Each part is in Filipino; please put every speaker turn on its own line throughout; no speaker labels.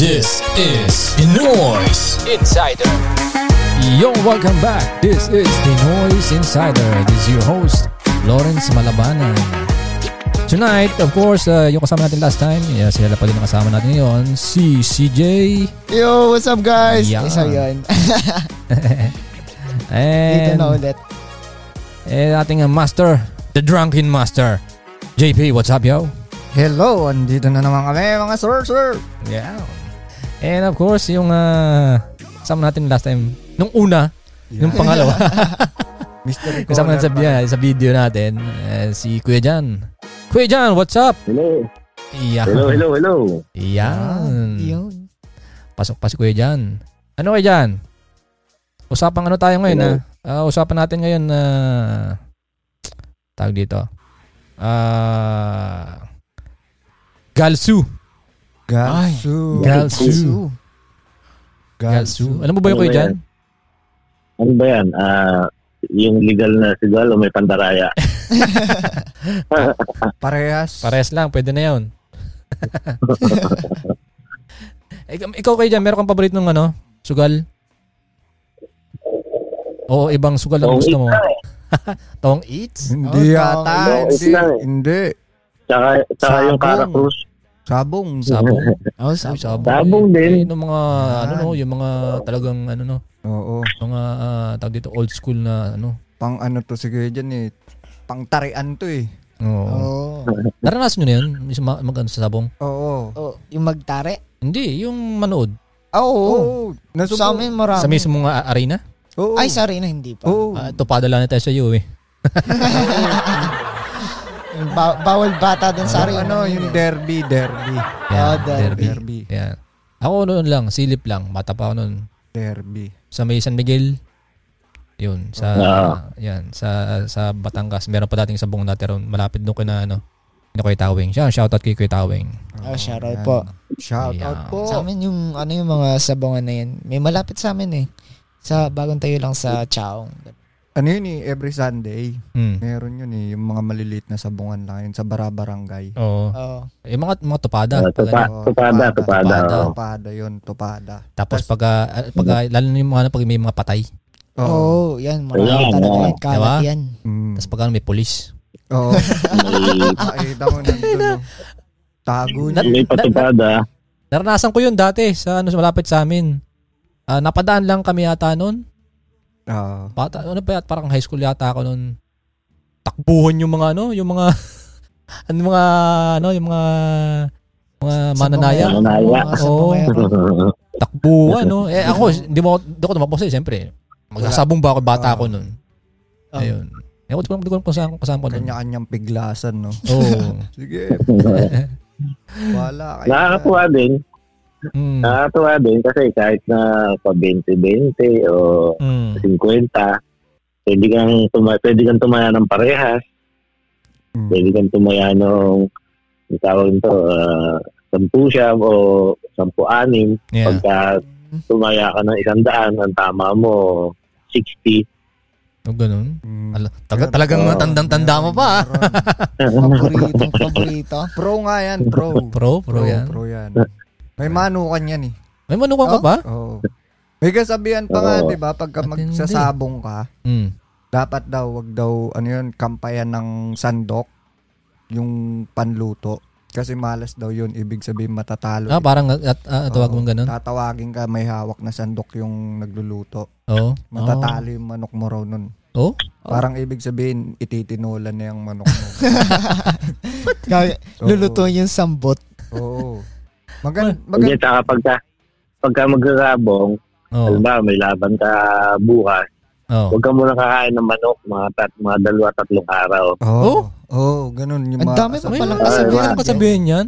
This is Pinoy's
Insider.
Yo, welcome back. This is Pinoy's Insider. This is your host, Lawrence Malabanan. Tonight, of course, uh, yung kasama natin last time, yeah, sila pa din ang kasama natin ngayon, si CJ.
Yo, what's up guys?
Ayan.
Isa yun. Dito na
And,
ulit.
and ating uh, master, the drunken master, JP. What's up, yo?
Hello, andito na naman kami mga sir, sir.
Yeah. And of course, yung uh, kasama natin last time, nung una, nung pangalawa,
Mr.
Kasama natin sa, yeah, sa video natin, eh, si Kuya Jan. Kuya Jan, what's up?
Hello.
Iyan.
Hello, hello, hello.
Ah,
Iyan.
Yun.
Pasok pa si Kuya Jan. Ano kay Jan? Usapang ano tayo ngayon,
Hello.
ha? Ah, usapan natin ngayon na... tawag dito. Ah... Galsu.
Galsu.
Galsu. Galsu. Alam mo ba yung
Ano
Kuya
ba
Jan?
yan? Ano ba yan? Ah, yung legal na sigal o may pandaraya?
Parehas.
Parehas lang, pwede na yun. Ik- Ikaw kayo dyan, meron kang paborito ng ano? Sugal? Oo, ibang sugal ang Ano,
Tong
gusto
eat
mo.
na eh.
Tong eats? Ah,
Hindi
Oh,
yata.
tama.
Hindi.
Ito eh.
Hindi.
Tsaka, tsaka yung
Sabong.
Caracruz.
Sabong.
Sabong.
Oh,
Uy,
sabong.
sabong.
Sabong
eh.
din.
Eh, yung mga, ano no, yung mga talagang, ano no,
Oo.
mga, ah, tawag dito, old school na, ano.
Pang ano to si Kuya Jan eh. Pang tarian to eh.
Oo.
Oo.
Naranasan nyo na yun? Yung mag, mag- ano, sa sabong?
Oo.
Oh, yung magtare?
Hindi, yung manood.
Ah, Oo.
Oo.
Sa amin marami.
Sa mismong ah, arena?
Oo.
Ay, sorry na hindi pa.
Oo.
Ah, tupada lang na tayo sa iyo eh.
Yung ba- bawal bata dun sa
Sorry.
arin.
Ano, yung derby, derby.
Yan,
Ah, derby.
derby. Yan. Ako noon lang, silip lang, bata pa ako noon.
Derby.
sa may San Miguel. Yun, sa
Ah.
yan, sa sa Batangas. Meron pa dating sabong dati ron, malapit doon ko na ano, kina Kuya Tawing. Siya, shout out kay Kuya Tawing.
Oh, shout
Yan.
out po.
Shout out
Ayan.
po.
Sa amin yung ano yung mga sabongan na yan. May malapit sa amin eh. Sa bagong tayo lang sa Chaong.
Ano yun eh, every Sunday.
Mm.
Meron yun eh, yung mga maliliit na sabungan lang yun sa Barabarangay.
Oo.
Oo.
Eh, mga mga tupada.
Ah, tupa,
Oo,
tupada,
tupada,
tupada.
tupada.
oo.
Tupada yun, tupada.
Tapos pag ah, pag ah, lalo na yung mga ano, pag may mga patay. Oh.
Oo.
Oo, yan. Marami
Ayan,
talaga
oo.
yan. Kalat
Diba?
yan.
Mm.
Tapos pag ano, may pulis.
Oo.
May-
Nakita mo
Ano?
nandun. oh. Tago niya.
May patupada.
Naranasan ko yun dati sa ano sa malapit sa amin. Ah, napadaan lang kami yata noon.
Oo.
Bata, ano pa yata, parang high school yata ako noon. Takbuhan yung mga ano, yung mga ano mga ano, yung mga mga mananaya.
Sabongan.
Mananaya.
Mga
ah.
sabongan.
Takbuhan, no? Eh, ako, hindi mo, hindi ako tumapos eh, siyempre. Magsasabong ba ako, bata
Ah.
ako nun.
Oh.
Ayun. Eh, hindi ko alam- hindi ko alam kung saan, kung saan ko nun.
Kanya-kanyang piglasan, no?
Oo.
Sige, wala kayo.
Nakakatuwa din.
Mm.
Nakakatuwa din kasi kahit na pa 20-20 o
Mm.
50, pwede kang, tuma- pwede kang tumaya ng parehas.
Mm.
Hmm.
Pwede kang tumaya ng, ang tawag nito, ah, sampu siyam o sampu-anim.
Yeah.
Pagka tumaya ka ng isang daan, ang tama mo, 60.
O, ganun.
Mm.
Ala, taga- talagang
Oo.
tandang-tanda mo pa. ah.
Meron, meron. Oh,
Paborito, paborito.
pro nga yan, pro.
Pro, pro yan.
Pro yan. May manukan yan eh.
May manukan ka
Oh?
pa?
Oo. May kasabihan pa nga,
Oo.
di ba? Pagka
Matindi.
magsasabong ka,
Mm.
dapat daw, wag daw, ano yun, kampayan ng sandok, yung panluto. Kasi malas daw yun, ibig sabihin matatalo.
Ah, parang at, ah, tawag mo ganun.
Tatawagin ka, may hawak na sandok yung nagluluto.
Oo.
Matatalo
Ah.
yung manok mo raw nun.
Oo?
Oh?
Parang ibig sabihin, ititinulan na yung manok mo.
Gag-
Oo.
Lulutuin yung sambot.
Oo. Magan,
Hindi,
magan,
tsaka pagka, pagka magsasabong,
Oo.
Oh.
halimbawa may laban ka bukas,
Oo.
huwag ka muna kakain ng manok mga, tat, mga dalawa tatlong araw.
Oh.
Oo. Oo, ganun yung
Ang
mga
dami pa
kasabihan.
palang
May
kasabihan.
kasabihan, kasabihan yan.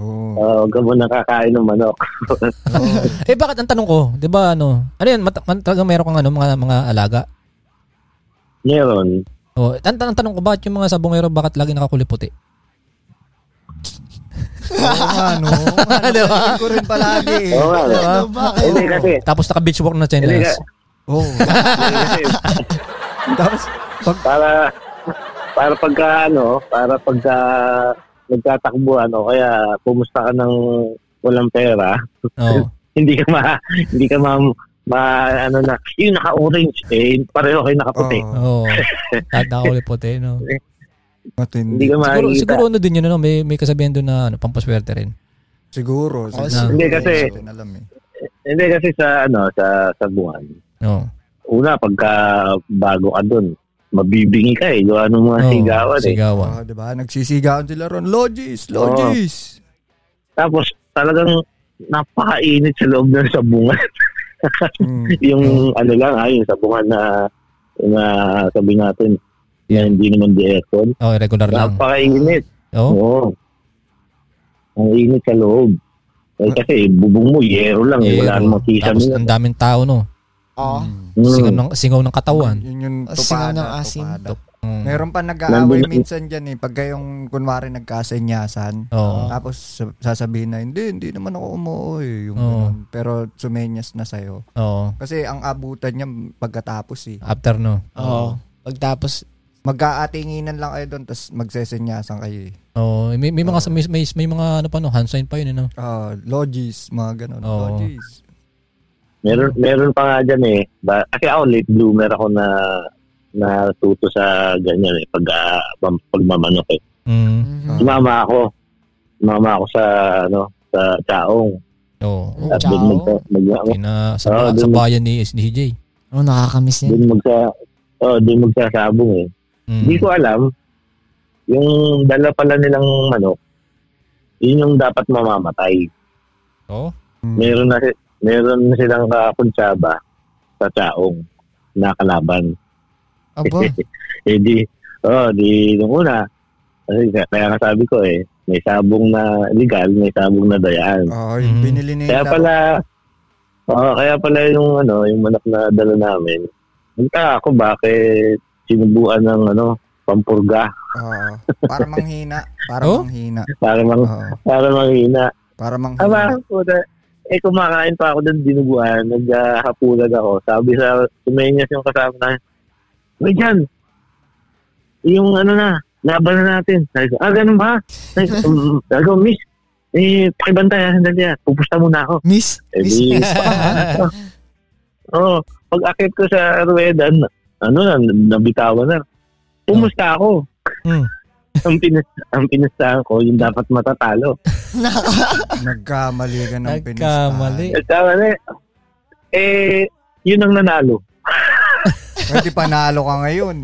Oo.
Uh, huwag ka muna kakain ng manok.
Oo.
Eh, bakit ang tanong ko? Di ba ano? Ano yan? Mat- man- talagang meron kang ano, mga, mga alaga?
Ngayon,
Oh, ang, ang tanong ko, bakit yung mga sabongero, bakit lagi nakakulay puti?
Oo nga, no. Ano Oo nga, no. Ganun ko rin palagi eh.
oo nga. no?
Diba? Ano ba?
Hindi
Diba?
kasi,
Tapos naka-beach walk na
hindi
chinelas.
ka-
Oo.
hindi kasi,
Tapos, pag,
para, para pagka ano, para pagka nagtatakbuhan o kaya pumusta ka ng walang pera,
Oo.
hindi ka ma, hindi ka ma, ma ano na, yung naka-orange eh, pareho kayo nakaputi.
Oo.
Oo,
Tata ko ulit puti, no?
hindi
matindi.
ka
Siguro,
makikita.
siguro ano din yun, ano? May, may kasabihan doon na ano, pampaswerte rin.
Siguro.
Oo,
siguro.
Hindi, kasi-
Hindi natin alam eh.
Hindi kasi sa ano, sa sa buwan.
Oo.
Una pagka bago ka doon, mabibingi ka eh, gawa ng mga
Oo,
sigawan eh.
Sigawan.
Oo, diba? Nagsisigawan sila ron. Logis! Logis!
Tapos talagang napakainit sa loob ng sabungan.
Mm.
yung ano lang, ah, yung sabungan na na sabi natin, na hindi naman di aircon.
Oo, regular lang.
Napakainit.
Oo.
Oo. Ang init sa loob. Eh, kasi bubong mo, yero lang. eh. Wala
Yero.
namang Hmm.
Tapos ano?
kisame.
ang daming tao, no?
Oo.
Mm.
Singaw ng, singaw ng katawan.
Yun yung
Ah,
tupada.
singaw ng asim.
tupada.
Mm.
Meron pa nag-aaway
Nandun-
minsan dyan eh. Pagka yung kunwari nagkasenyasan,
Oo.
tapos sa- sasabihin na, hindi, hindi naman ako umuo eh. Yung
Oo.
ganun. Pero sumenyas na sa'yo.
Oo.
Kasi ang abutan niya pagkatapos eh.
After, no?
Oo. Pagtapos,
Magkaatinginan lang kayo doon, tapos magsesenyasan kayo eh.
Oo. May, may mga, may, may, may mga ano pa, no? Hand sign pa yun, ano?
Ah, logis, mga ganun.
Oo.
Logis.
Meron, meron pa nga dyan eh. Ba, kasi ako late bloomer ako na natuto sa ganyan eh. Pag, ah, pag pagmamanok eh.
Mm-hmm.
Mm.
mhm.
Sumama ako. Sumama ako sa, ano, sa taong.
Oo.
Mm.
At doon
Taong?
magsa, mag,
Kina, sa,
Oo,
sa
dun-
bayan ni, ni HJ.
oh, nakakamiss yan.
doon magsa, oh, doon magsasabong eh.
Mm.
Hindi ko alam. Yung dala pala nilang manok, yun yung dapat mamamatay.
Oo.
Mm.
meron na si- meron na silang kakuntsaba sa taong na kalaban.
Abo.
eh di, oh, di nung una, kasi nga- kaya nga sabi ko eh, may sabong na legal, may sabong na dayaan.
Oo,
Mm.
yung Ah, binili na yung
Kaya
laro.
pala, oh, kaya pala yung ano, yung manak na dala namin. Nagtaka ako bakit sinubuan ng ano, pampurga
Oo. Ah, para manghina. Para
Oh?
manghina.
para mang
Oo.
para manghina.
para manghina.
Aba, puta. Eh, kumakain pa ako doon dinuguan. Naghahapulan ako. Sabi sa Tumenyas yung kasama na, Uy, Jan! Yung ano na, laban na natin. Sabi ko, ah, ganun ba? Sabi ko, "Mm, sabi ko, miss, eh, pakibantay ha, sandali ha. Pupusta muna ako.
Miss?
Eh,
Miss?
di, oh, pag akit ko sa rueda, na- ano na, nabitawan na. Pumusta ako.
Mm.
ang, pinas, ang pinastahan ko, yung dapat matatalo.
Nagkamali ka ng
Nagkamali.
pinuntahan.
At tama na, eh, yun ang nanalo.
Pwede panalo ka ngayon.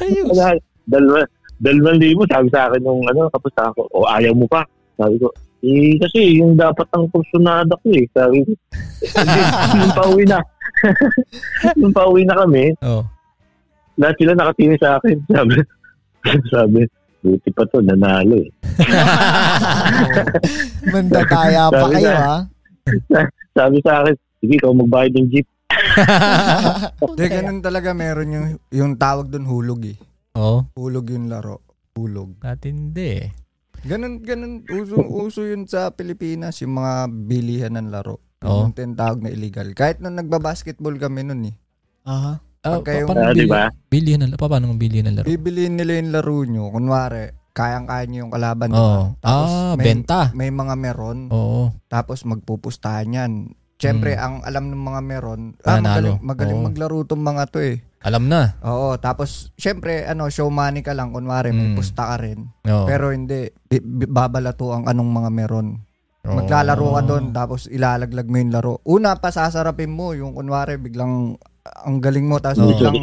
Ayos.
Wala, dalawa, dalawang libo, sabi sa akin yung ano, tapos ako, o ayaw mo pa. Sabi ko, eh, kasi yung dapat ang kursunada ko eh. Sabi ko, Hindi, nung pauwi na, nung pauwi na kami,
Oo.
lahat sila nakatingin sa akin. Sabi, sabi, buti pa to, nanalo eh.
Mandadaya pa
Sabi
kayo,
na.
ha?
Sabi sa akin, sige, ikaw magbayad ng jeep.
Hindi, ganun talaga meron yung, yung tawag doon hulog eh.
Oo.
Hulog yung laro. Hulog.
Katindi.
Ganun, ganun. Uso, uso yun sa Pilipinas, yung mga bilihan ng laro.
Oo.
Yung tinatawag na illegal. Kahit nung nagbabasketball kami nun eh.
Aha.
Ah,
Pagka yung-
pa- paano
Ah, di
bilhin-
ba?
Bilhin na, pa- paano mong bilhin ng laro?
Bibiliin nila yung laro nyo. Kunwari, kayang-kaya nyo yung kalaban. di ba?
Oo.
Tapos
Ah,
may-
benta.
May mga meron.
Oo.
Tapos magpupustahan yan. Siyempre,
Mm.
ang alam ng mga meron, ah,
Nanalo.
magaling, magaling
Oo.
maglaro tong mga to eh.
Alam na.
Oo, tapos siyempre, ano, show money ka lang, kunwari, may
Mm.
pusta ka rin.
Oo.
Pero hindi, bi- bi- babalato ang anong mga meron.
Oo.
Maglalaro ka doon, tapos ilalaglag mo yung laro. Una, pasasarapin mo yung kunwari, biglang, ah, ang galing mo, tapos
Oo.
biglang,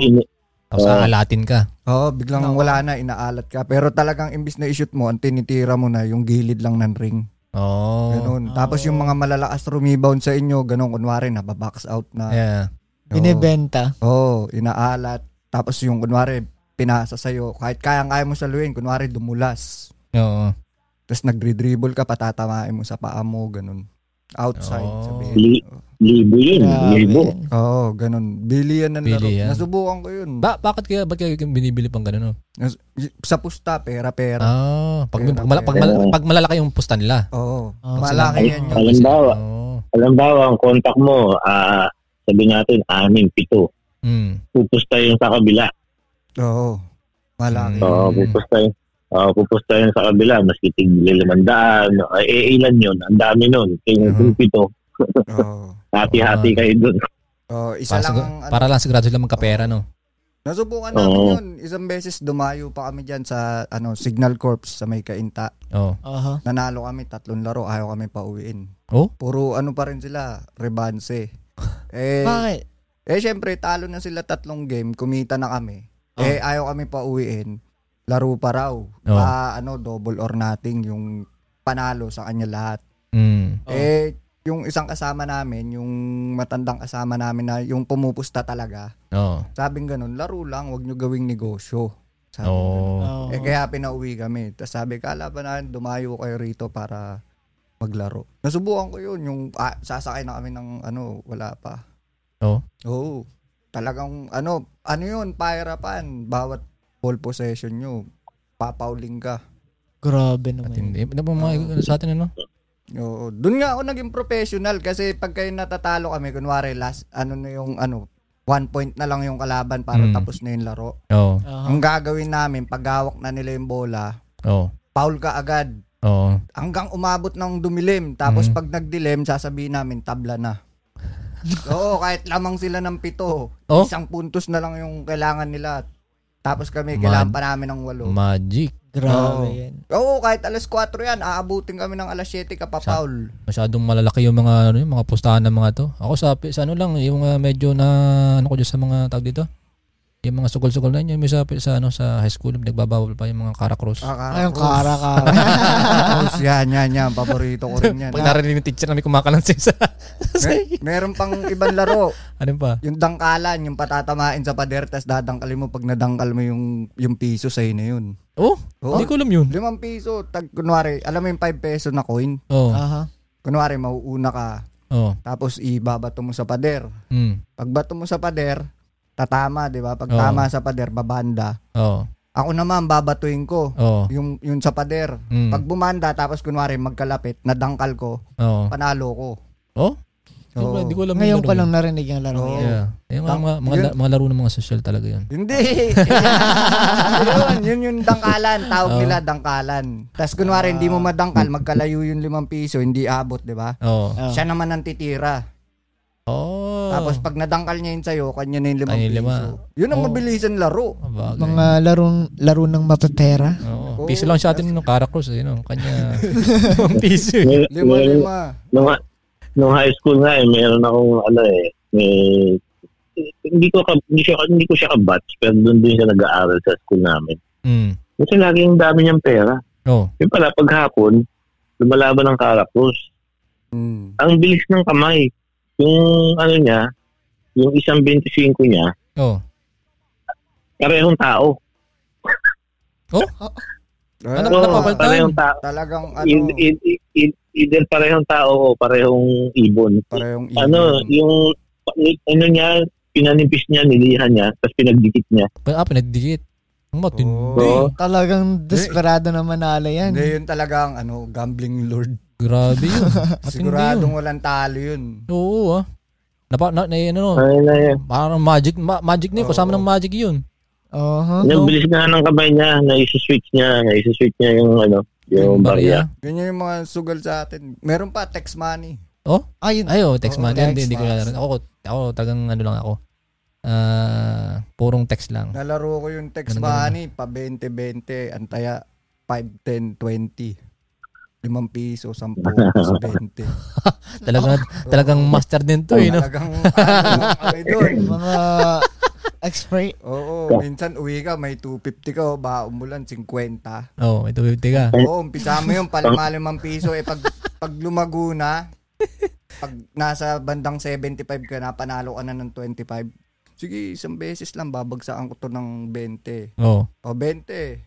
Tapos
Oo.
aalatin ka.
oh, biglang
Oo.
wala na, inaalat ka. Pero talagang, imbis na i-shoot mo, ang tinitira mo na, yung gilid lang ng ring.
Oo.
Ganun. Tapos yung mga malalakas rumibound sa inyo, ganun, kunwari, nababox out na.
Yeah.
Oo.
Binibenta.
Oo, inaalat. Tapos yung kunwari, pinasa sa'yo. Kahit kayang-kaya mo saluhin, kunwari dumulas.
Oo.
Tapos nagdri-dribble ka, patatamaan mo sa paa mo, ganun. Outside,
Oo.
sabihin.
Li- libo yun, libo.
Grabe.
Oo, ganun. Bilian ng laro.
Bilian.
Nasubukan ko yun.
Ba, bakit kaya, bakit kaya binibili pang ganun? no?
Nas- y- sa pusta, pera-pera.
Ah, pag,
Pera,
pag, mala- pag, mala-
pera.
pag malalaki yung pusta nila.
Oo.
Ah,
Malaki
sila-
yan yun.
Halimbawa,
Oo.
halimbawa, ang contact mo, ah, sabi natin, anim, pito.
Mm.
Pupusta yung sa kabila.
Oo.
Mm.
Malaki.
Oo, pupusta yung, Uh, pupusta yun sa kabila, maski tigil limandaan. Ay, eh, ilan yun? Ang dami nun. Kaya
Mhm.
yung pito,
Oo.
hati-hati kayo dun.
Oo, isa
Para,
lang,
sigur-
ano,
para lang sigurado sila magkapera, no?
nasubukan namin
Oo.
yun. Isang beses dumayo pa kami dyan sa ano, Signal Corps sa may kainta.
Oo.
Aha.
Nanalo kami tatlong laro, ayaw kami pauwiin.
Oh?
Puro ano pa rin sila, rebanse. Eh,
Bakit?
eh syempre, talo na sila tatlong game, kumita na kami. Eh, ayaw kami pauwiin. Laro pa raw. Ah, ano, double or nothing yung panalo sa kanya lahat.
Mm.
Oo.
Eh, yung isang kasama namin, yung matandang kasama namin na yung pumupusta talaga,
Oo.
sabing ganun, laro lang, wag nyo gawing negosyo. Sabi
Oo.
Oo.
Eh, kaya pinauwi kami. Tapos sabi, kala ba na dumayo kayo rito para maglaro. Nasubukan ko yun, yung ah, sasakay na kami ng ano, wala pa.
Oo.
Oo. Talagang ano, ano yun, pahirapan. Bawat ball possession nyo, papauling ka.
Grabe naman.
Matindi. Ano ba mga ano sa atin, ano?
Oo. Doon nga ako naging professional kasi pag kayo natatalo kami, kunwari last, ano na yung ano, one point na lang yung kalaban para
Mm.
tapos na yung laro.
Oo.
Aha.
Ang gagawin namin, pag hawak na nila yung bola,
Oo.
foul ka agad
Oo.
hanggang umabot ng dumilim. Tapos
Mm.
pag nagdilim, sasabihin namin, tabla na. Oo, kahit lamang sila ng pito.
Oh.
Isang puntos na lang yung kailangan nila. Tapos kami,
Man.
kailangan pa namin ng walo.
Magic.
Oo.
Grabe yan.
Oo, kahit alas 4 yan, aabutin kami ng alas 7 ka pa,
Sa-
foul.
Masyadong malalaki yung mga ano, yung mga pustahan ng mga to. Ako sa sa ano lang yung ah, medyo na ano ko dyan sa mga tag dito. Yung mga sukol-sukol na yun, yung may sa, sa ano sa high school nagbabawal pa yung mga karakros.
Ah,
Ay, ang
Cruz.
kara ka.
Tapos yan, yan, yan. Paborito ko rin yan.
Pag narinig ng teacher na may kumakalansin sa
Mer- meron pang ibang laro.
ano pa?
Yung dangkalan, yung patatamain sa pader, tapos dadangkalin mo pag nadangkal mo yung, yung piso sa'yo na yun.
Oh,
Oo.
hindi ko alam yun.
Limang piso, tag, kunwari, alam mo yung 5 peso na coin?
Oo.
Aha.
Kunwari, mauuna ka,
Oo.
tapos ibabato mo sa pader.
Mm.
Pagbato mo sa pader, tatama, di ba? Pag
Oo.
tama sa pader, babanda.
Oo.
Ako naman, babatuin ko.
Oo.
Yung, yung sa pader.
Mm.
Pag bumanda, tapos kunwari, magkalapit, nadangkal ko,
Oo.
panalo ko.
Oh? Hindi ko-
Oo.
Hindi ko alam yung
Ngayon
laro
pa
yun.
lang narinig yung laro
Oo.
yan.
Yeah. Yung mga,
Tang-
mga, mga,
yun.
la- mga laro ng mga social talaga yun.
Hindi. yun, yun yung dangkalan. Tawag
Oo.
nila dangkalan. Tapos kunwari, hindi mo
Ah.
madangkal, magkalayo yung limang piso, hindi abot, di ba?
Oo.
Oo.
Siya naman ang titira.
Oh.
Tapos pag nadangkal niya yun sa'yo, kanya na yung limang
Kanya yung lima. Oh.
piso. Yun ang
Oo.
mabilisan laro.
mga
Mga larong, laro ng matutera.
Oo.
Oo.
Piso lang siya atin nung Caracruz, eh, no? Kanya. piso. eh.
Well,
Lima,
well,
lima.
nung, nung high school nga eh, meron akong ano eh, may, hindi ko ka, hindi siya hindi ko siya kabatch pero doon din siya nag-aaral sa school namin.
Mm. Oh,
Kasi lagi ang dami niyang pera.
Oo.
Yung pala paghapon, lumalaban ng Caracruz.
Mm.
Ang bilis ng kamay. Yung ano niya, yung isang 25 niya,
Oo.
parehong tao.
Oh. Ano
Oo,
napapal- Napapalitan.
parehong tao.
Talagang ano,
I- i- i- i- Either parehong tao o parehong ibon.
parehong
Ano, yung ano niya, pinanipis niya, nilihan niya, tapos pinagdikit niya.
Pa, ah, pinagdikit. Ang Matindi. Oh.
Oo.
Talagang desperado na manalo yan.
Hindi, yun talagang ano, gambling lord.
Grabe yun. Matindi
Siguradong
yun.
walang talo yun.
Oo, ah. Napa, na, na, ano,
Ay, na yan.
parang magic, ma- magic na yun. Kasama
Oo.
ng magic yun.
Oho.
Ano?
Yung bilis nga ng kamay niya, naisuswitch niya, naisuswitch niya yung ano, yung barya.
Ganyan yung mga sugal sa atin. Meron pa text money.
Ayun.
Ayo, Oh? text
Oo,
man. Yan, Hindi,
text
hindi ko
man.
lalaroin. Ako, ako, talagang ano lang ako. Ah, purong text lang.
Nalaro ko yung text
Ganun,
money, pa 20-20, antaya 5, 10, 20. 5 piso, 10, 20.
Talagang, talagang master din to, eh, no?
Talagang ano, kami doon.
Mga expert.
Oo, minsan uwi ka, may 250 ka, o ba umulan, 50.
Oo, Oh, ito 50 ka.
Oo, umpisa mo yung palima 5 piso, eh pag, pag lumago na, pag nasa bandang 75 ka na, panalo ka na ng 25. Sige, isang beses lang, babagsakan ko to ng 20.
Oo.
O, 20.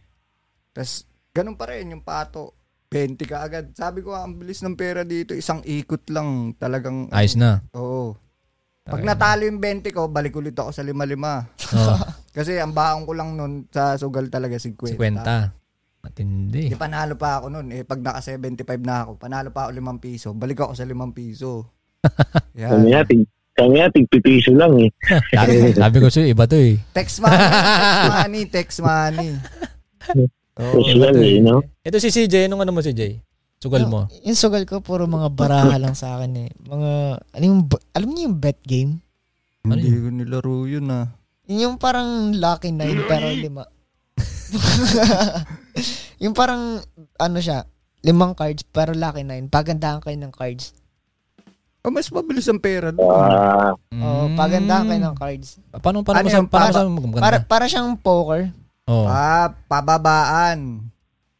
Tapos, ganun pa rin yung pato. 20 ka agad. Sabi ko, "Ah, ang bilis ng pera dito. Isang ikot lang. Talagang,
Ayos na.
oo. Pag
Ayun.
natalo yung 20 ko, balik ulit ako sa lima-lima.
Oo.
Kasi ang baon ko lang nun sa sugal talaga 50.
50. Matindi.
Di panalo pa ako nun. Eh, pag naka 75 na ako, panalo pa ako 5 piso. Balik ako sa 5 piso.
Kami
Yan.
nga, tig, kami nga, tigpipiso lang eh.
sabi, sabi ko sa'yo, iba to eh.
Text money, text money, text money.
Oo.
Usual eh, no?
Ito si CJ, anong ano mo CJ? Sugal mo.
Yung sugal ko, puro mga baraha lang sa akin eh. Mga, ano yung, ba- alam niyo yung bet game?
Ano
Oh, Hindi ko nilaro yun ah.
Yun yung parang lucky nine pero lima. yung parang, ano siya, limang cards pero lucky nine. Pagandahan kayo ng cards.
Oh, mas mabilis ang pera. doon.
Ah,
Oo,
Mm.
pagandahan kayo ng cards.
Paano, paano mo
Ano
sa,
yun,
paano mo
para-
sa maganda? Oh.
Para, para siyang poker.
Oo.
Ah, pababaan.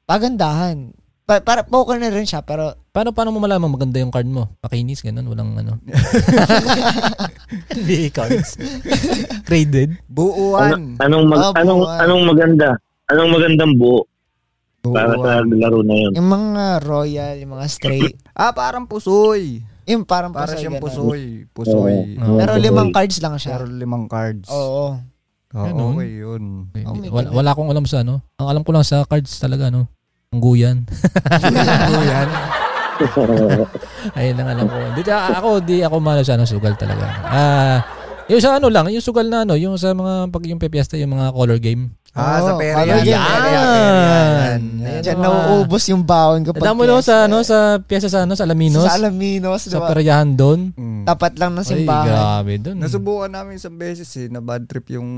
Pagandahan. Pa, para poker na rin siya pero
Paano, paano mo malaman maganda yung card mo? Pakinis, ganun, walang ano. NBA cards. Graded.
Buuan.
anong mag,
Ah, buwan.
anong anong maganda? Anong magandang buo para sa
Buuan.
laro na 'yon?
yung mga royal, yung mga straight,
Ah, parang pusoy.
yung parang
Para
pusoy,
siyang
ganun.
pusoy. Pusoy.
Oo.
Pero
Pusoy.
limang cards lang siya.
Pero limang cards.
Oo.
Ah,
Ganun.
okay yun.
Oh my
wala,
God.
wala akong alam sa ano. Ang alam ko lang sa cards talaga, ano. Ang guyan.
Buuan.
Ayun lang alam ko. Hindi a- ako, di ako malo sa ano, sugal talaga. Ah, yung sa ano lang, yung sugal na ano, yung sa mga pag yung pepiesta, yung mga color game.
Ah, sa
Oo,
pera
color
yan.
game.
Sa pera yan. pera yan.
Ayan.
Diyan
mga-
nauubos yung baon kapag
Alam mo no,
piyesta.
sa ano, sa piyesta sa ano, sa Alaminos,
Sa Alaminos,
sa,
diba?
peryahan doon.
Mm.
Tapat lang ng
Ay,
simbahan.
grabe doon.
Nasubukan namin isang beses eh, na bad trip yung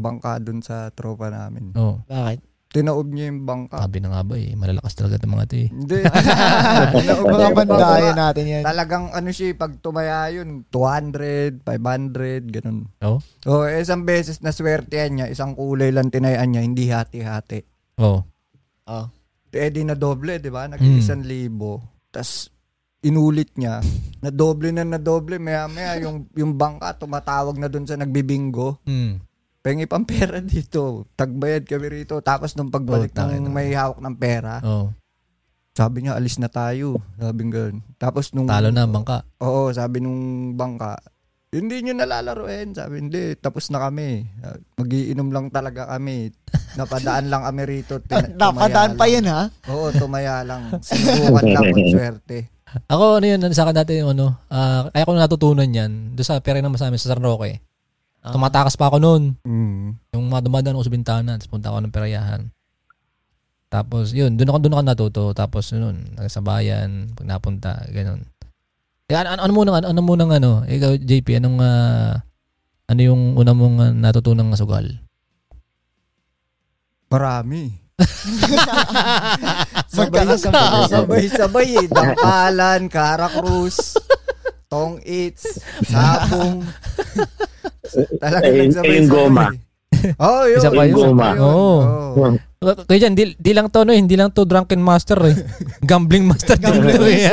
bangka dun sa tropa namin.
Oh,
Bakit?
Tinaob niya yung bangka.
sabi na nga ba eh, malalakas talaga 'tong mga 'to eh.
Hindi. Tinaob niya
Mga
yung
bandaya
bangka.
natin yan.
Talagang ano siya, pag tumaya yun, 200, 500, ganun.
Oh.
Oh, eh, isang beses na swertehan niya, isang kulay lang tinayaan niya, hindi hati-hati.
Oh.
Oh.
Eh di na doble, di ba?
Hmm.
Nag-isang libo. Tapos inulit niya. Na doble na na doble. Maya maya yung, yung bangka tumatawag na dun sa nagbibingo.
Mm.
Pengi pang pera dito. Tagbayad kami rito. Tapos nung
Oh,
pagbalik
tangin
ng
na.
may hawak ng pera,
Oh,
sabi niya alis na tayo. Sabi ng ganun. Tapos nung...
talo na ang bangka.
Oo, sabi nung bangka, hindi nyo nalalaroin. Sabi, hindi, tapos na kami. Ah, Magiinom lang talaga kami. Napadaan lang kami rito. Tina-
Napadaan
tumaya
pa
lang.
yan ha?
Oo, tumaya lang. Sinubukan lang ang swerte.
Ako ano yun, ano, sa akin dati yung ano, ah, kaya ko natutunan yan, doon sa pera naman sa amin, sa San Roque. Tumatakas pa ako noon.
Mm.
Yung mga dumadaan ako sa bintana, tapos punta ako ng perayahan. Tapos, yun, doon ako, doon ako natuto. Tapos, yun, sa bayan, pag napunta, ganun. Eh, ano, ano, ano muna, ano, ano muna, ano, ikaw, JP, anong, ah, ano yung una mong ah, natutunang sugal?
Marami.
Magkakasabay.
Sabay-sabay eh. Dampalan, Caracruz, Tong Eats, Sabong. Talaga
Ayun-
nagsabay-sabay.
ayun goma.
Oo, yun.
Isa pa
yun,
yun.
goma. yun.
Oo.
Oo.
Kaya dyan, di, di lang to, no, hindi lang to drunken master, eh. Gambling master din to, eh.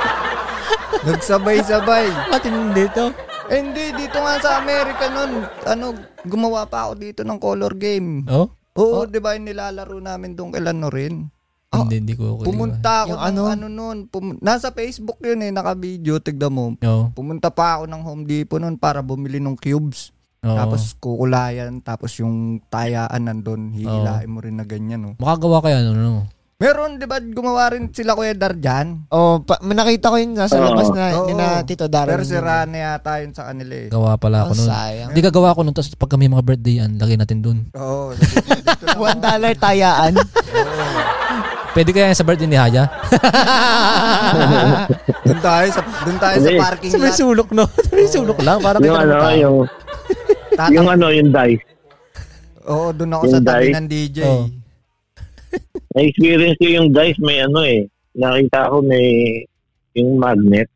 Nagsabay-sabay.
Matindi to.
Eh, Hindi, dito nga sa Amerika nun, ano, gumawa pa ako dito ng color game.
Oh?
Oo, di ba yung nilalaro namin doon kay Lano rin? Oh,
hindi, hindi ko. ako-
Pumunta ako
Yung
ng ano,
ano?
nun, pum- nasa Facebook yun eh, naka-video, tignan mo.
Oo.
Pumunta pa ako ng Home Depot nun para bumili ng cubes.
Oo.
Oh.
Tapos kukulayan, tapos yung tayaan nandun,
Oh.
hihilain mo rin na ganyan. No?
makagawa kaya, ano, no?
Meron, di ba, gumawa rin sila Kuya Darjan?
Oh, pa- nakita ko yun nasa
Oo.
labas na ni
Oo.
na Tito Darren.
Pero sira na yata yun sa kanila eh.
Gawa pala ako
Ang
nun.
sayang.
Hindi gagawa ako nun, tapos pag kami mga birthday yan, lagay natin dun.
Oo, sabi ko, dito lang
One dollar tayaan.
Pwede kaya yan sa birthday ni Haya?
Doon tayo sa doon tayo sa
Hindi.
parking
sa may
lot.
sulok, no? Sa may sulok lang, para
yung ano, yung
Tatang-
yung ano, yung dice.
Oo, doon ako
Yung
sa tabi
dice.
ng DJ.
Oo.
Oh.
Na-experience ko yung dice may ano eh. Nakita ko may yung magnet.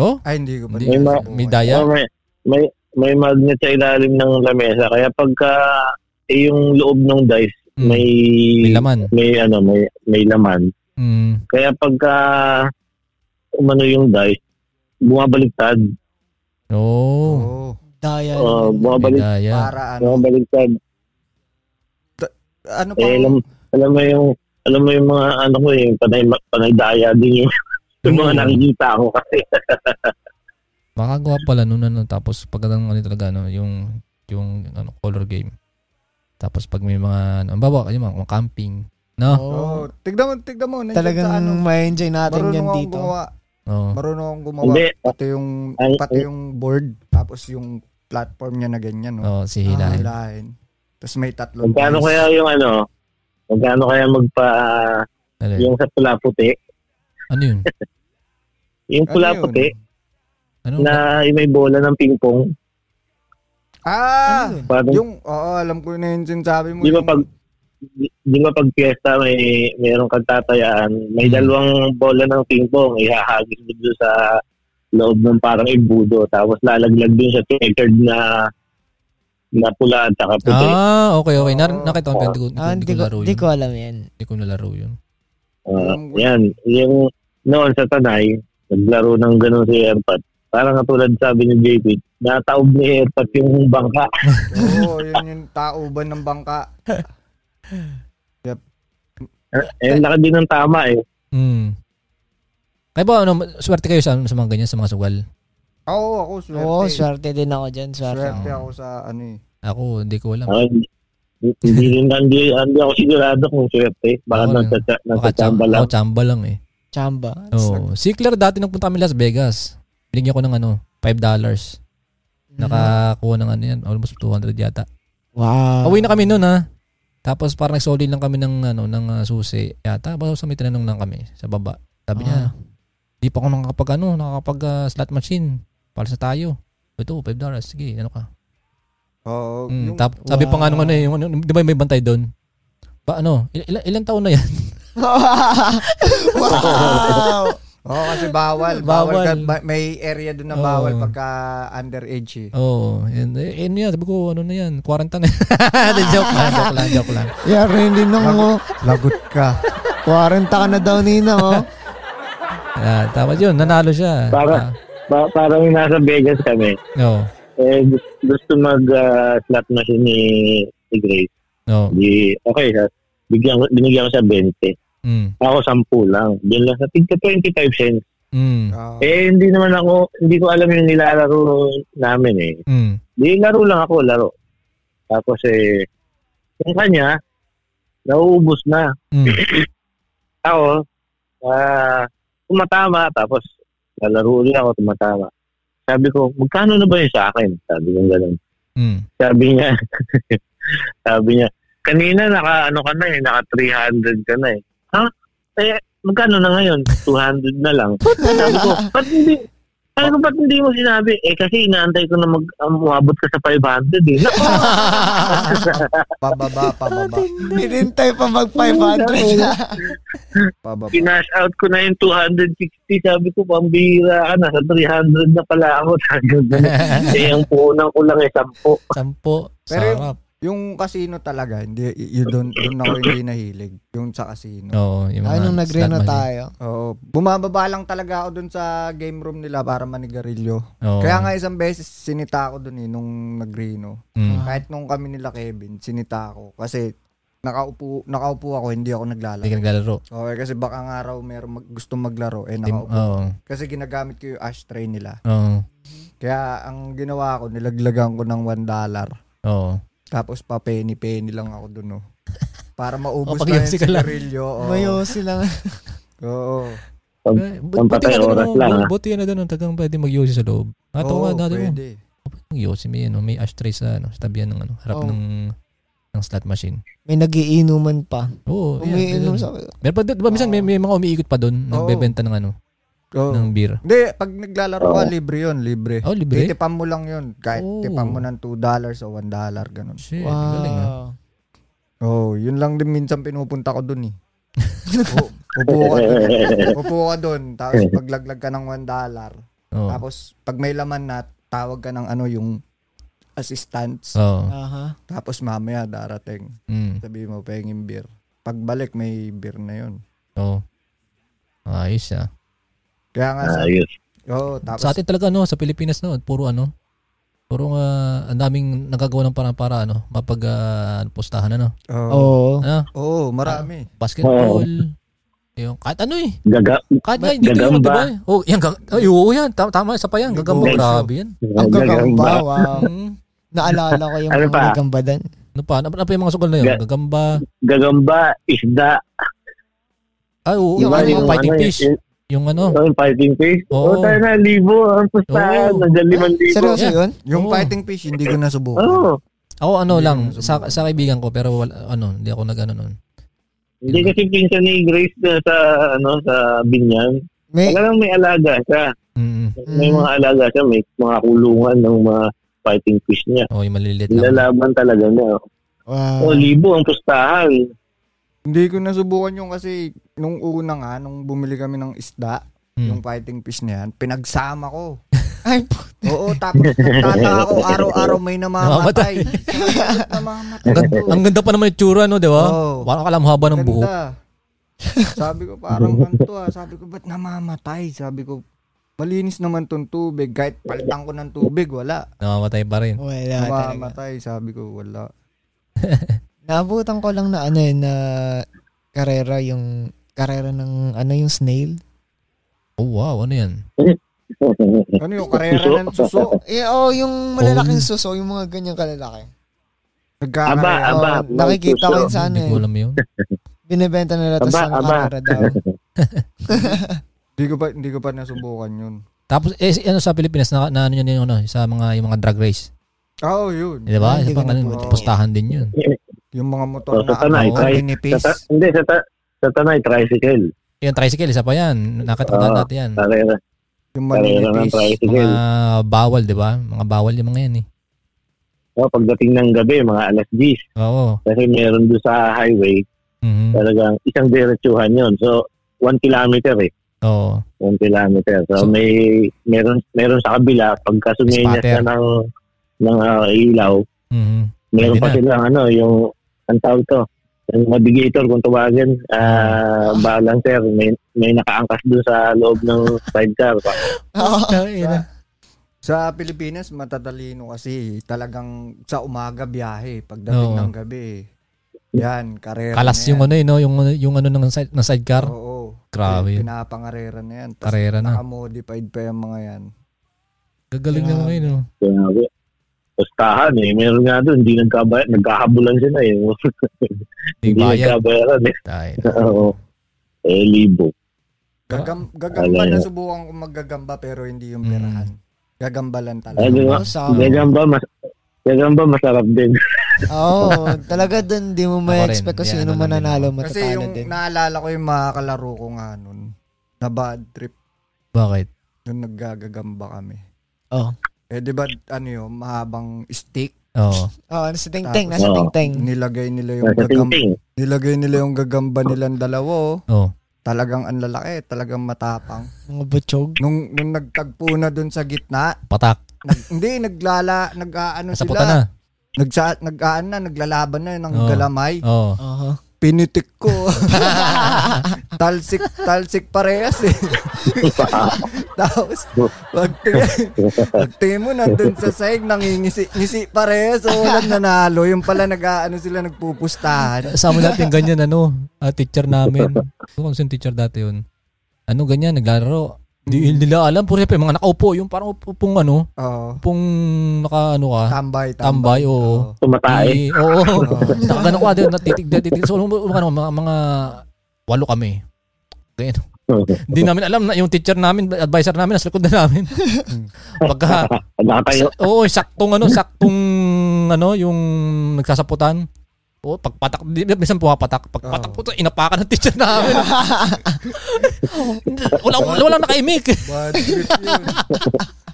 Oh?
Ay, hindi ko pa.
Hindi,
rin
May ma-
nasubukan.
may daya?
Oh, may, may, may magnet sa ilalim ng lamesa. Kaya pagka eh, yung loob ng dice,
Mm.
may,
May laman.
may ano, may, may laman.
Mm.
Kaya pagka umano yung dice, bumabaliktad.
Oh.
Oo.
Daya.
Oh,
May
bumabalik,
daya.
Para ano.
bumabaliktad.
Ano pa?
Eh, alam, alam mo yung alam mo yung mga ano ko eh, panay, panay daya din yung, yung mga
Mm.
nakikita ko kasi.
Makagawa pala nun, ano, tapos pag ano ano talaga, ano, yung, yung, ano, color game. Tapos pag may mga, ano, bawa, yung mga, mga camping. No?
Oo.
Oh,
Tignan mo, tignan mo. nandiyan
talagang
sa ano.
ma-enjoy natin
Marunong
yan
akong
dito.
gumawa.
Oh.
Marunong akong gumawa.
Hindi,
Pati yung,
Ay,
pati
ay.
yung board. Tapos yung platform niya na ganyan. No?
Ah,
Oh, si Hilahin.
Hilahin. Tapos may tatlong
Magkano
dice.
kaya yung ano, Magkano kaya magpa...
Alin?
Yung sa pula puti.
Ano yun?
Ano
Yung pula
yun?
puti
Ano?
na yung may bola ng ping-pong.
Ah!
Ano yun?
Parang,
Yung, oo, alam ko na yun sinasabi mo.
di ba
yung-
pag... Di, di ba pag piyesta may merong katatayaan, may
Hmm.
dalawang bola ng ping-pong, ihahagis mo doon sa loob ng parang ibudo, tapos lalaglag dun sa checkered na na pula at saka puti.
Ah, okay, okay. Nar-
Oo.
nakita ko, pero hindi ko,
Ah,
hindi ko nalaro yun.
Hindi ko alam yan.
Hindi ko nalaro yun.
Ah,
Um,
yan. Yung noon sa Tanay, naglaro ng ganun si Erpat. Parang katulad sabi ni JP, nataob ni Erpat yung bangka.
Oo, yun yung tauban ng bangka.
Eh, ang laki din ng tama eh.
Hmm. Kaya ba, ano, swerte kayo sa, sa mga ganyan, sa mga sugal?
Oo, ako swerte.
Oo, swerte din ako dyan. Swerte.
Swerte
Oo.
ako sa ano eh.
Ako, hindi ko alam.
Ah, hindi rin hindi, hindi ako sigurado kung swerte. Baka
Ako
oh,
rin.
nasa, nasa
Baka
tsamba
lang.
lang.
Ako, tsamba lang eh.
Chamba.
Oh, si Claire dati nagpunta kami Las Vegas. Binigyan ko ng ano, $5.
Hmm. mm.
Nakakuha ng ano yan, almost 200 yata.
Wow.
Pauwi na kami noon ha. Tapos parang nag-solid lang kami ng ano ng ah, susi. Yata basta may tinanong lang kami sa baba. Sabi niya,
Ah.
di pa ako nakakapag ano, nakakapag ah, slot machine. Para sa tayo. Ito, 5 dollars. Sige, ano ka.
Oo,
Mm,
yung,
tap, sabi pa nga nung ano, eh, yung, ano, di ba may bantay doon? Ba ano, il- ilan, ilan taon na yan?
wow.
oo, kasi
Bawal.
bawal. bawal. ka, ba- may area doon na
Oo.
bawal pagka underage eh.
Oo. Oh, and, eh, ano yan, sabi ko, ano na yan, 40 na. Hindi, joke lang, joke lang, joke lang.
yeah, Randy nang oh.
Lagot ka.
40 ka na daw nina oh.
Ah, tapos yun, nanalo siya. Ah,
Para- Ba, parang yung nasa Vegas kami.
no.
Eh, gu- gusto mag ah, slot machine ni, ni Grace.
No.
Di, okay, ha? Bigyan, ko- binigyan ko siya 20.
Mm.
Ako 10 lang. Diyan lang sa tigka 25 cents.
Mm.
Oo.
Eh, hindi naman ako, hindi ko alam yung nilalaro namin eh.
Mm.
Di, laro lang ako, laro. Tapos eh, yung kanya, nauubos na.
Mm.
Ako, ah, tumatama, tapos lalaro ulit ako, tumatama. Sabi ko, magkano na ba yun sa akin? Sabi ko ganun.
Mm.
Sabi niya, sabi niya, kanina naka, ano ka na eh, naka 300 ka na eh. Ha? Eh, magkano na ngayon? 200 na lang. Sabi ko, ba't hindi, sabi ko, ba't hindi mo sinabi? Eh, kasi inaantay ko na mag, um, umabot ka sa 500 eh. Naku,
Pababa, pababa,
Hinintay pa mag 500.
pababa.
kinash out ko na yung 260. Sabi ko, pambira ka na. Sa 300 na pala ako. Sabi ko, ganun. eh, ang puhunan ko lang eh, 10.
Sampo.
Pero yung-
sarap.
Yung casino talaga, hindi, you don't, doon ako hindi nahilig. Yung sa casino.
Oo, yung mga
Ay, nung nag
slot machine.
tayo.
Oo, bumababa lang talaga ako doon sa game room nila para manigarilyo.
Oo.
Kaya nga isang beses sinita ako doon eh, nung nagrino.
Mm.
Kahit nung kami nila Kevin, sinita ako. Kasi nakaupo, nakaupo ako, hindi ako
Hindi
naglalaro.
ka naglalaro.
Okay, kasi baka nga raw meron mag, gusto maglaro, eh
Hindi-
nakaupo.
Oo.
Kasi ginagamit ko yung ashtray nila.
Oo.
Kaya ang ginawa ko, nilaglagan ko ng $1. dollar.
Oo.
Tapos pa penny-penny lang ako doon, oh. Para maubos
Oh,
na yung
pagyosi ka lang.
sigarilyo. Oo.
Mayosi lang.
Oo.
Bu- Buti
patay
na
oras
doon,
lang,
bu-
ha?
buti na doon, tagang pwede mag-yosi sa loob. Ato
Oo,
nga, Ah, dati mo.
pwede.
Mag-yosi, may, ano, may ashtray sa, ano, sa tabihan ng, ano, harap
Oo.
ng, ng slot machine.
May nagiinuman pa.
Oo. yan, doon.
Umiinom sa...
Meron pa doon, di ba, minsan may, may mga umiikot pa doon,
Oo.
nagbebenta ng, ano,
Oo.
ng beer.
Hindi, pag naglalaro ka, libre yun, libre.
Oh, libre?
Titipan mo lang yun. Kahit
Oh.
tipan mo ng $2 o $1, ganun.
Shit, galing ah.
Wow.
Oh, yun lang din minsan pinupunta ko dun eh. U- upo ka dun. Upo ka dun. Tapos paglaglag ka ng $1.
Oo.
Tapos pag may laman na, tawag ka ng ano yung assistants.
Oo.
Aha.
Tapos mamaya darating.
Mm.
Sabi mo, pengin beer. Pagbalik, may beer na yun.
Oo. Ayos ah.
Kaya nga sa...
Ayos.
Oo, tapos...
sa atin talaga no, sa Pilipinas no, puro ano, puro nga ang daming nagagawa ng parang para ano, mapag ah, pustahan ano.
Oh.
Oo,
Oo.
Ano,
Oo, oh. marami.
basketball. Yung kahit ano eh.
Gaga,
Kahit nga dito yung
Gagamba.
diba? eh. Oh, yan gag- ay, oo yan, tama, tama isa pa yan, gagamba
Oo.
grabe yan.
Ang gagamba.
gagamba.
Wow.
Mm.
Naalala ko yung
Oh, Ano
mga
pa?
nagamba doon.
Ano pa? Ano, pa- ano pa yung mga sugal na yun?
Ga-
Gagamba.
Gagamba, isda.
Ay, Ah, oo,
Yung
yung,
ano,
yung fighting
ano,
fish.
yung-
Yung ano.
Oh, yung fighting fish?
Oo.
Oo. Oh, tayo na, libo. Ang pustahan.
Oo.
Nandiyan limang libo. Oh,
Seryoso
Yeah.
yun?
Yung
Oo.
fighting fish, hindi ko nasubukan.
Oo.
Ako ano
Hindi
lang,
naman
sa,
subukan.
sa kaibigan ko, pero wala, ano, hindi ako nag ano nun.
Hindi kasi pinsan ni Grace na sa, ano, sa Binyan.
May,
Talagang may alaga siya.
Mm.
May
Eh. Mm.
mga alaga siya. May mga kulungan ng mga fighting fish niya.
Oh, yung maliliit lang.
Nilalaban talaga niya. O,
wow.
libo ang pustahan.
Hindi ko nasubukan yung kasi nung una nga, nung bumili kami ng isda,
Hmm.
yung fighting fish na yan, pinagsama ko.
Ay, put-
Oo, tapos nagtataka ako, araw-araw may namamatay. namamatay.
Ang, gan- ang ganda pa naman yung tsura, no, di ba?
Oh.
Oo.
Parang kalamhaba ng buhok.
Ganda. Sabi ko parang ganito ah. Sabi ko, ba't namamatay? Sabi ko, malinis naman tong tubig. Kahit palitan ko ng tubig, wala.
Namamatay pa rin.
wala talaga.
Namamatay, sabi ko, wala.
Naabutan ko lang na ano eh, na karera yung karera ng ano yung snail.
Oh, wow. Ano yan?
Ano yung karera ng suso?
Eh, oh, yung malalaking suso, yung mga ganyan kalalaki.
aba,
Nagkakarera.
aba.
Oh, nakikita ko yun sa ano
Hindi
eh.
ko alam yun.
Binibenta nila tapos
Aba,
ano
aba.
karera daw.
ah.
Hindi ko pa, hindi ko pa nasubukan yun.
Tapos, eh, si- ano sa Pilipinas, na, na ano yun, yun, ano, sa mga, yung mga drag race.
Oo, yun.
Di ba?
Ah,
Isa
hindi
pang
ko na
ano,
po.
pustahan din yun.
Yung mga motor
Oh,
na
sa tanay,
ano,
try.
pinipis.
Sa ta- hindi, sa, ta- sa tanay, tricycle. eh,
Yung tricycle, isa pa yan. Nakatandaan
Oo.
natin yan.
Karera,
Yung
karera ng
maninipis.
Mga
tricycle.
bawal, di ba? Mga bawal yung mga yan eh.
O, oh, pagdating ng gabi, mga alas 10.
Oo.
Kasi meron doon sa highway,
Mhm.
talagang isang diretsuhan yon So, one kilometer eh.
Oo.
One kilometer. So,
So-
may, meron, meron sa kabila, pagka sumenya
Spotter.
siya ng, ng ah, ilaw,
Mhm.
meron
Pwede
pa
na.
silang ano, yung, ang tawag to, yung navigator kung tawagin, ah, balancer, may, may nakaangkas doon sa loob ng sidecar.
Oo.
Sa Pilipinas, matatalino kasi talagang sa umaga biyahe, pagdating
Oo.
ng gabi. Yan, karera
Kalas
na
yung
yan.
ano eh, no? Yung, yung ano ng, side, ng sidecar.
Oo.
Grabe yun.
Pinapangarera na yan. Tapos
Karera na.
nakamodified pa yung mga yan.
Gagaling naman kayo, no?
Grabe. Pustahan eh. Meron nga doon, hindi nagkabayar, nagkahabulan sila eh.
Di
hindi
bayan.
nagkabayaran eh.
Tayo.
Oo. Eh, libo.
Gagam, gagamba
Wala
na
yun.
subukan ko maggagamba pero hindi yung
Mm.
perahan. Gagamba lang talaga.
Ay, Ah, di ba?
Oh,
Ah.
sa-
Gagamba, mas, gagamba masarap din.
Oo, talaga dun, di
rin,
mo ma-expect kung
hindi,
sino
ano lang
mananalo,
Kasi
matatalo
yung
din.
naalala ko yung mga kalaro ko nga nun, na bad trip,
Bakit?
nung naggagagamba kami.
Oh.
Eh di ba, ano yun, mahabang stick,
Oo.
Oh, nasa tingting,
Tapos-
nasa
Oo.
tingting.
nilagay nila yung
Nasa
gagamba,
tingting.
nilagay nila yung gagamba nilang dalawa, oh.
Oo.
talagang ang lalaki, talagang matapang.
Mga butchog.
Nung, nung nagtagpo na dun sa gitna,
Patak.
nag- hindi, naglala, nag-aano
Nasa
sila.
puta na.
Nagsa, nag-aano na, naglalaban na ng
Oo.
galamay.
Oo.
Oo.
pinitik ko. talsik, talsik parehas eh. Tapos, pagtingin, pagtingin mo nandun sa sahig, nangingisi, ngisi parehas. O, walang nanalo. Yung pala nag-ano sila, nagpupustahan.
Kasama natin ganyan, ano, ah, teacher namin. Kung sino teacher dati yun. Ano ganyan, naglalaro. Hindi nila alam. Puro yung mga nakaupo. Yung parang upo- upong ano,
Oo.
upong naka ano ka.
tambay, tambay.
Tambay, oo.
Tumatay.
Eh, oo. Nakagano ka, di, natitig, natitig. So, um, um, ano, mga, mga walo kami. Ganyan. Hindi namin alam na yung teacher namin, advisor namin, nasa likod na namin. Hmm. Pagka,
Nakatayo.
sa- oo, saktong ano, saktong ano, yung nagsasaputan. Oo, pagpatak, di ba minsan pumapatak? Pagpatak
Oo.
po, inapakan ng teacher namin. wala, wala, wala nakaimik.
Bad trip yun.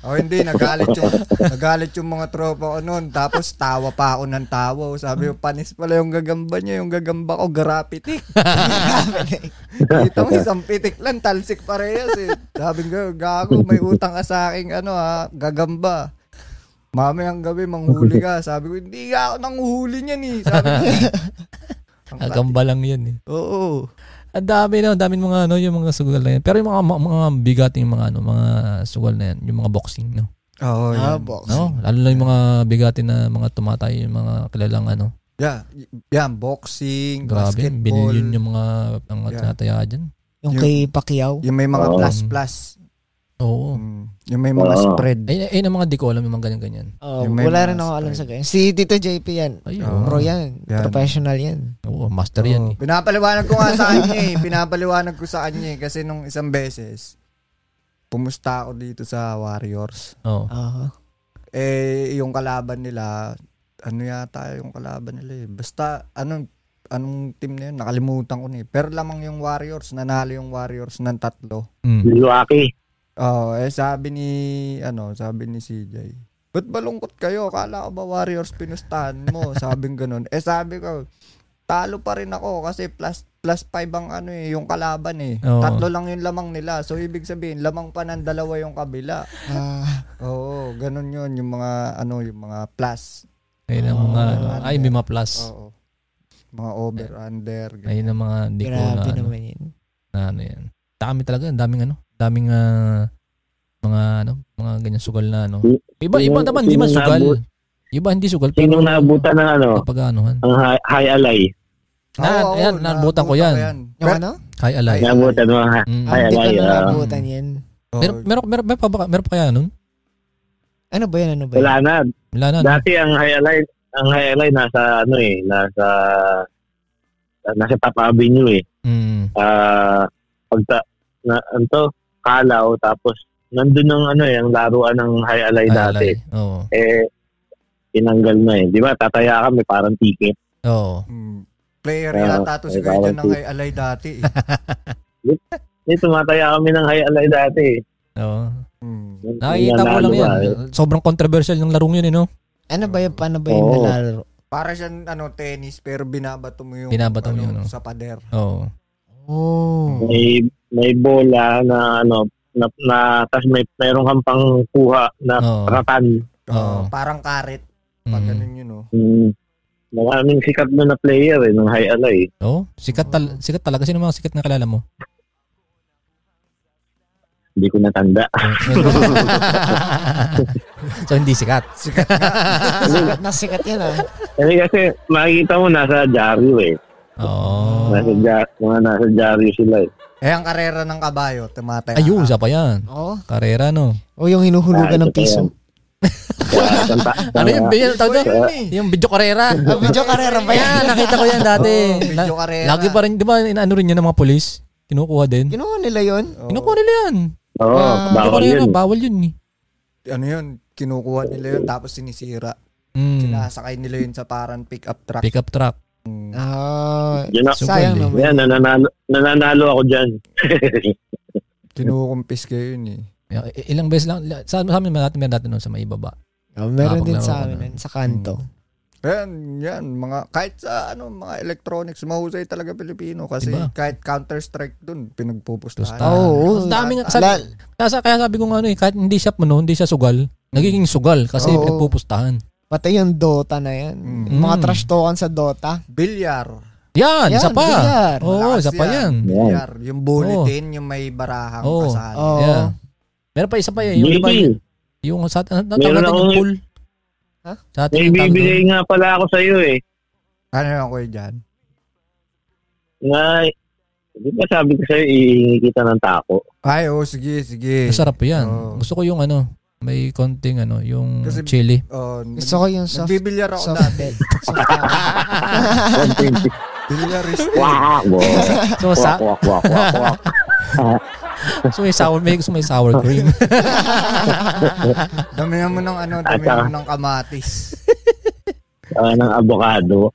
Oh, hindi, nagalit yung, nagalit yung mga tropa ko noon. Tapos tawa pa ako ng tawa. Sabi ko, panis pala yung gagamba niya. Yung gagamba ko, eh." garapitik. Dito may eh. isang pitik lang, talsik parehas eh. Sabi ko, gago, may utang ka sa aking ano ha, gagamba. Mami, ang gabi, manghuli ka. Sabi ko, hindi nga ako nanguhuli niyan eh. Sabi ko, Ang
Agamba lang yan eh.
oo.
Ang dami na, ang dami mga ano, yung mga sugal na yan. Pero yung mga, mga, mga bigating mga ano, mga sugal na yan, yung mga boxing, no?
Oo,
Ah,
yun.
box.
Oh, No? Lalo na yung mga bigatin na mga tumatay, yung mga kilalang ano.
Yeah, y- yan, boxing,
Grabe,
basketball.
binilyon yung mga ang
Yeah.
tinataya dyan.
Yung
Yung-
kay Pacquiao.
Yung may mga
Oh.
Oo.
plus-plus.
Oo.
Mm, Yung may mga
Oo.
spread.
Ay, ay, ang mga di ko alam yung mga ganyan-ganyan.
Oh,
Yung may mga
wala rin ako alam
spy.
sa ganyan. Si Tito JP yan.
Ay,
Oo.
oo.
Pro yan.
Yan.
Professional yan.
Oo, master yan eh.
Pinapaliwanag ko nga sa kanya eh. Pinapaliwanag ko sa kanya eh. Kasi nung isang beses, pumusta ako dito sa Warriors.
Oo.
Oo.
Eh, yung kalaban nila, ano yata yung kalaban nila eh. Basta, ano, anong team na yun, nakalimutan ko na eh. Pero lamang yung Warriors, nanalo yung Warriors ng tatlo.
Mm.
Milwaukee.
Oo, eh sabi ni, ano, sabi ni CJ, ba't balungkot kayo? Kala ko ba Warriors pinustahan mo? Sabing ganun. Eh sabi ko, talo pa rin ako kasi plus plus 5 ang ano eh, yung kalaban eh.
Oo.
Tatlo lang yung lamang nila. So ibig sabihin, lamang pa ng dalawa yung kabila.
Ah,
Oo, ganun yun, yung mga, ano, yung mga plus.
Ayun ang mga, ano,
Ah,
ay, may mga plus.
Oo. Mga over, under. ganun.
Ayun ang mga, hindi ko na,
grabe
ano,
naman yun.
na ano yan. Dami talaga, ang daming ano, daming ah, mga ano, mga ganyan sugal na ano. Iba, iba
Sinong-
naman, hindi man
sinong
sugal.
naabot?
Iba hindi sugal.
Sinong naabutan ng ano?
Kapag anuhan.
Ang hi- high alay.
Na-
Oo, oo,
ayan, naabutan ko yan.
Yung
Pero-
ano?
Hi, alay.
Ay,
Naabutan mo ha.
Mm.
Ay,
Hindi ko
alay,
na
ah.
naabutan yan.
oo.
Meron, meron, meron, meron, pa, ba- meron pa kaya nun?
Ano ba yan? Ano ba
Wala
yan?
na.
Wala na. no?
Dati ang high alay, ang high alay nasa ano eh, nasa nasa Top Avenue eh.
Mm.
Ah, pagta na anto kalaw tapos nandun ang ano eh, ang laruan ng high alay
Hi, alay.
dati.
Oo.
Eh tinanggal na eh. Di ba? Tataya kami parang ticket.
Oo.
Mm. Player
Oo,
yata to si
may
Kuya John ng
warranty.
kay Alay dati.
Eh, tumataya kami ng high alay dati. eh.
Oo.
Eh. Mm.
Yung-
Nakikita
yung
ko lang
nanalo
yan.
ka, eh.
Sobrang controversial yung larong yun, eh, no?
Ano ba yan? Paano ba yung
Oo.
nalaro?
Para siyang ano, tennis pero binabato mo yung
Binabato mo
ano,
yun, no?
sa pader.
Oo.
Oh.
May may bola na ano na, na tas may meron kang pangkuha na
Oo.
ratan.
Oo.
Oo, Oh, parang karet. Pag
Mm.
ganun yun, oh. no?
Mm. Maraming sikat na na player eh, ng high alay.
Oo. Sikat, tal- sikat talaga. Sino mga sikat na kilala mo?
Hindi ko natanda.
so, hindi sikat.
Sikat na sikat yan ah.
Kasi kasi makikita mo nasa Jaryo eh.
Oo.
Nasa ja, mga nasa Jaryo sila eh.
Eh, ang karera ng kabayo, tumataya.
Ayun, isa pa yan.
Oo.
Karera, no?
O yung hinuhulugan
Ah,
ng
ito
piso.
Sa Santa,
Ano yung,
sa,
yung, tawag doon? yung video karera.
Ah, video karera ba yan?
Ayan, nakita ko yan dati.
Oo, video
La-
karera.
Lagi pa rin, di ba, inaano rin yan ng mga polis? Kinukuha din.
Ginawa nila yun?
Oo.
Kinukuha nila yan.
Oo,
Ah,
Video
bawal
karera,
yun.
bawal yun. eh.
Ano yun? Kinukuha nila yun tapos sinisira.
Mm.
Sinasakay nila yun sa parang pick-up truck.
Pickup truck.
Mm.
Ah,
Yun ako.
Sugal,
sayang
eh.
naman.
Yan, nananalo, nananalo ako dyan.
Kinukumpis kayo yun eh.
Yeah, i- Ilang beses lang. Sa, sa amin, dati meron dati nun sa may ibaba.
Oh, meron
Nakapaglaro
din sa
ko na. Mm.
amin, sa kanto.
Ayan, yan, mga, kahit sa, ano, mga electronics, mahusay talaga Pilipino kasi
Diba?
kahit Counter-Strike dun, pinagpupustahan.
Pustahan.
Oo,
Ang daming
Ang-
sabi, kaya, sa- kaya sabi ko nga ano eh, kahit hindi siya ano, hindi siya sugal, nagiging sugal kasi
Oo.
pinagpupustahan.
Pati yung Dota na yan.
Mm.
Mga
Mm.
trash talkan sa Dota.
Bilyar.
Yan,
Yan,
isa pa. Oh.
billiard.
Oo,
Malakas
isa pa
yan.
yan.
Bilyar. Yung bulletin, yung may barahang
Oo.
kasali.
Oo.
Yeah. Meron pa isa pa eh, yung iba
Maybe,
yung, yung sa atin,
Meron
natawag natin yung
akong-
pool.
Ha?
Sa atin
may
yung tawag
bibigay
doon.
nga pala ako sa iyo eh.
Ano yung ako dyan?
Na, di ba sabi ko sa'yo, ihingi kita ng tako.
Ay, oh, sige, sige.
Masarap yan.
Oo.
Gusto ko yung ano, may konting ano, yung
Kasi-
chili.
Oh,
Gusto ko yung soft,
Nagbibilyar ako
soft
dati.
bed. Soft bed.
Bilyarist. eh.
Wak, wak,
So, sa,
wak, wak, wak, wak.
so may sour, may, so may sour cream.
Damihan mo ng ano, damihan mo ng kamatis.
Ah, ng abogado.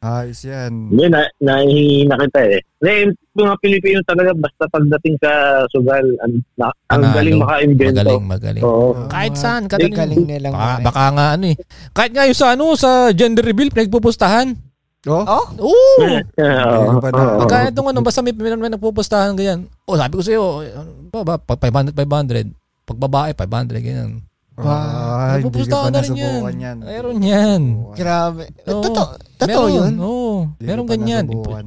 Ayos yan.
Hindi, na, nahihingi na kita eh. Hindi, yung mga Pilipino talaga, basta pagdating sa sugal, ang, na, ang
Panalo.
galing maka-invento.
Magaling, magaling.
Oo.
Oo,
Kahit
mga-
saan,
Ang
kahit ano
galing
yung-
nilang
Baka,
mga-
baka nga ano eh. Kahit nga yung sa ano, sa gender reveal, pinagpupustahan.
Oh?
Oh,
Oo!
Oo.
Magaling pa na.
Oo.
Pagka itong ano, basta may, may, may nagpupustahan ganyan. O oh, sabi ko sa'yo, ano ba, ba, pag 500, 500. Pag babae, 500, ganyan.
Ay, Ah, hindi ko pa
Nagpupustahan Ah, na rin yan.
nasubukan yan.
Meron yan.
Nasubukan.
grabe.
Oo.
Totoo, totoo
meron,
yun.
Oo,
Hindi
meron
ko pa
ganyan.
nasubukan.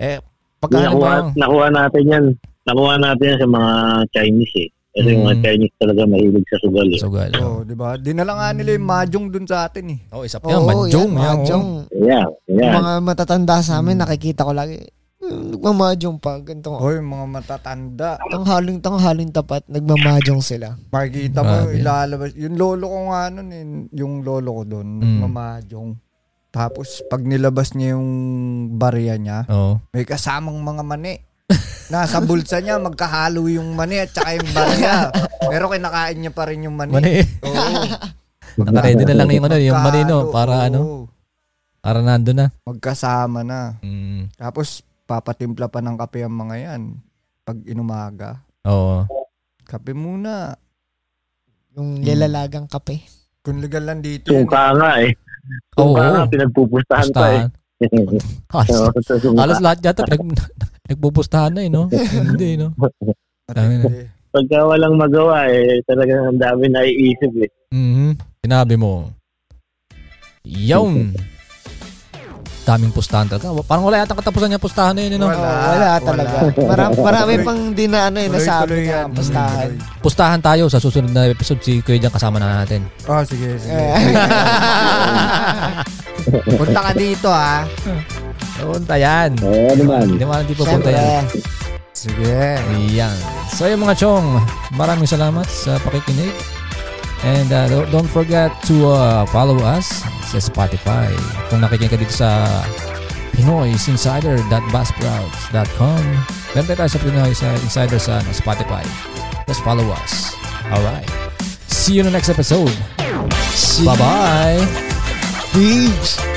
Eh,
Hindi,
pagka ano
nakuha,
ba,
nakuha natin yan. Nakuha natin yan sa mga Chinese eh. Kasi yung mga
Mm.
Chinese talaga mahilig sa sugal eh.
sugal.
Oo, Oh, di ba? Dinala nga nila yung mahjong dun sa atin eh.
Oo, Oh, isa pa yan, oh. Mm.
Oo,
manjong. yan,
yan,
oo.
mahjong.
Yeah,
Yung
yeah.
Mga matatanda sa amin, nakikita ko lagi. "Hmm, Nagmamahjong pa,
Oh.
ganito.
Hoy, mga matatanda.
Tanghaling, tanghaling tapat, nagmamahjong sila.
Makikita mo,
Grabe.
ilalabas. Yung lolo ko nga nun, eh, yung lolo ko dun,
Mm.
mamajong. Tapos, pag nilabas niya yung barya niya,
Oo.
may kasamang mga mani. Nasa bulsa niya, magkahalo yung mani at saka yung barya. Pero kinakain niya pa rin yung mani.
Mani.
Oo.
Nakaready na lang yung ano, yung
Magkahalo,
manino para
oo.
ano. Aranado na.
Magkasama na.
Mm.
Tapos, papatimpla pa ng kape ang mga yan. Pag inumaga.
Oo.
Kape muna.
Mm.
Yung lilalagang kape.
Kung legal lang dito. yan.
Tungka nga eh.
Oo.
Tungka nga, pinagpupustahan pa eh.
Pustahan. Halos,
Oo, sa tungka.
halos lahat yata nag, nagpupustahan na eh, no? Hindi, no?
Matindi.
Pagka walang magawa eh, talagang ang dami naiisip eh.
Mhm. Sinabi mo. Yun. Daming pustahan talaga. Parang wala yata katapusan niya pustahan na yun, eh, no?
Wala,
wala talaga. Marami, marami pang di na ano eh, nasabi
Tuloy-tuloy
na
yan.
pastahan.
Pustahan tayo sa susunod na episode. Si Kuya Jan kasama na natin.
Oh, sige, sige.
Punta ka dito ha.
Punta yan.
Oo naman.
Hindi mo alam di pa punta
Siyempre.
yan.
sige.
Yan. So yung mga chong, maraming salamat sa pakikinig. And uh, don't- don't forget to uh, follow us sa Spotify. Kung nakikinig ka dito sa pinoysinsider.buzzsprouts.com Meron tayo sa Pinoy sa Insider sa ano, Spotify. Just follow us. Alright. See you in the next episode. Bye-bye.
Beach.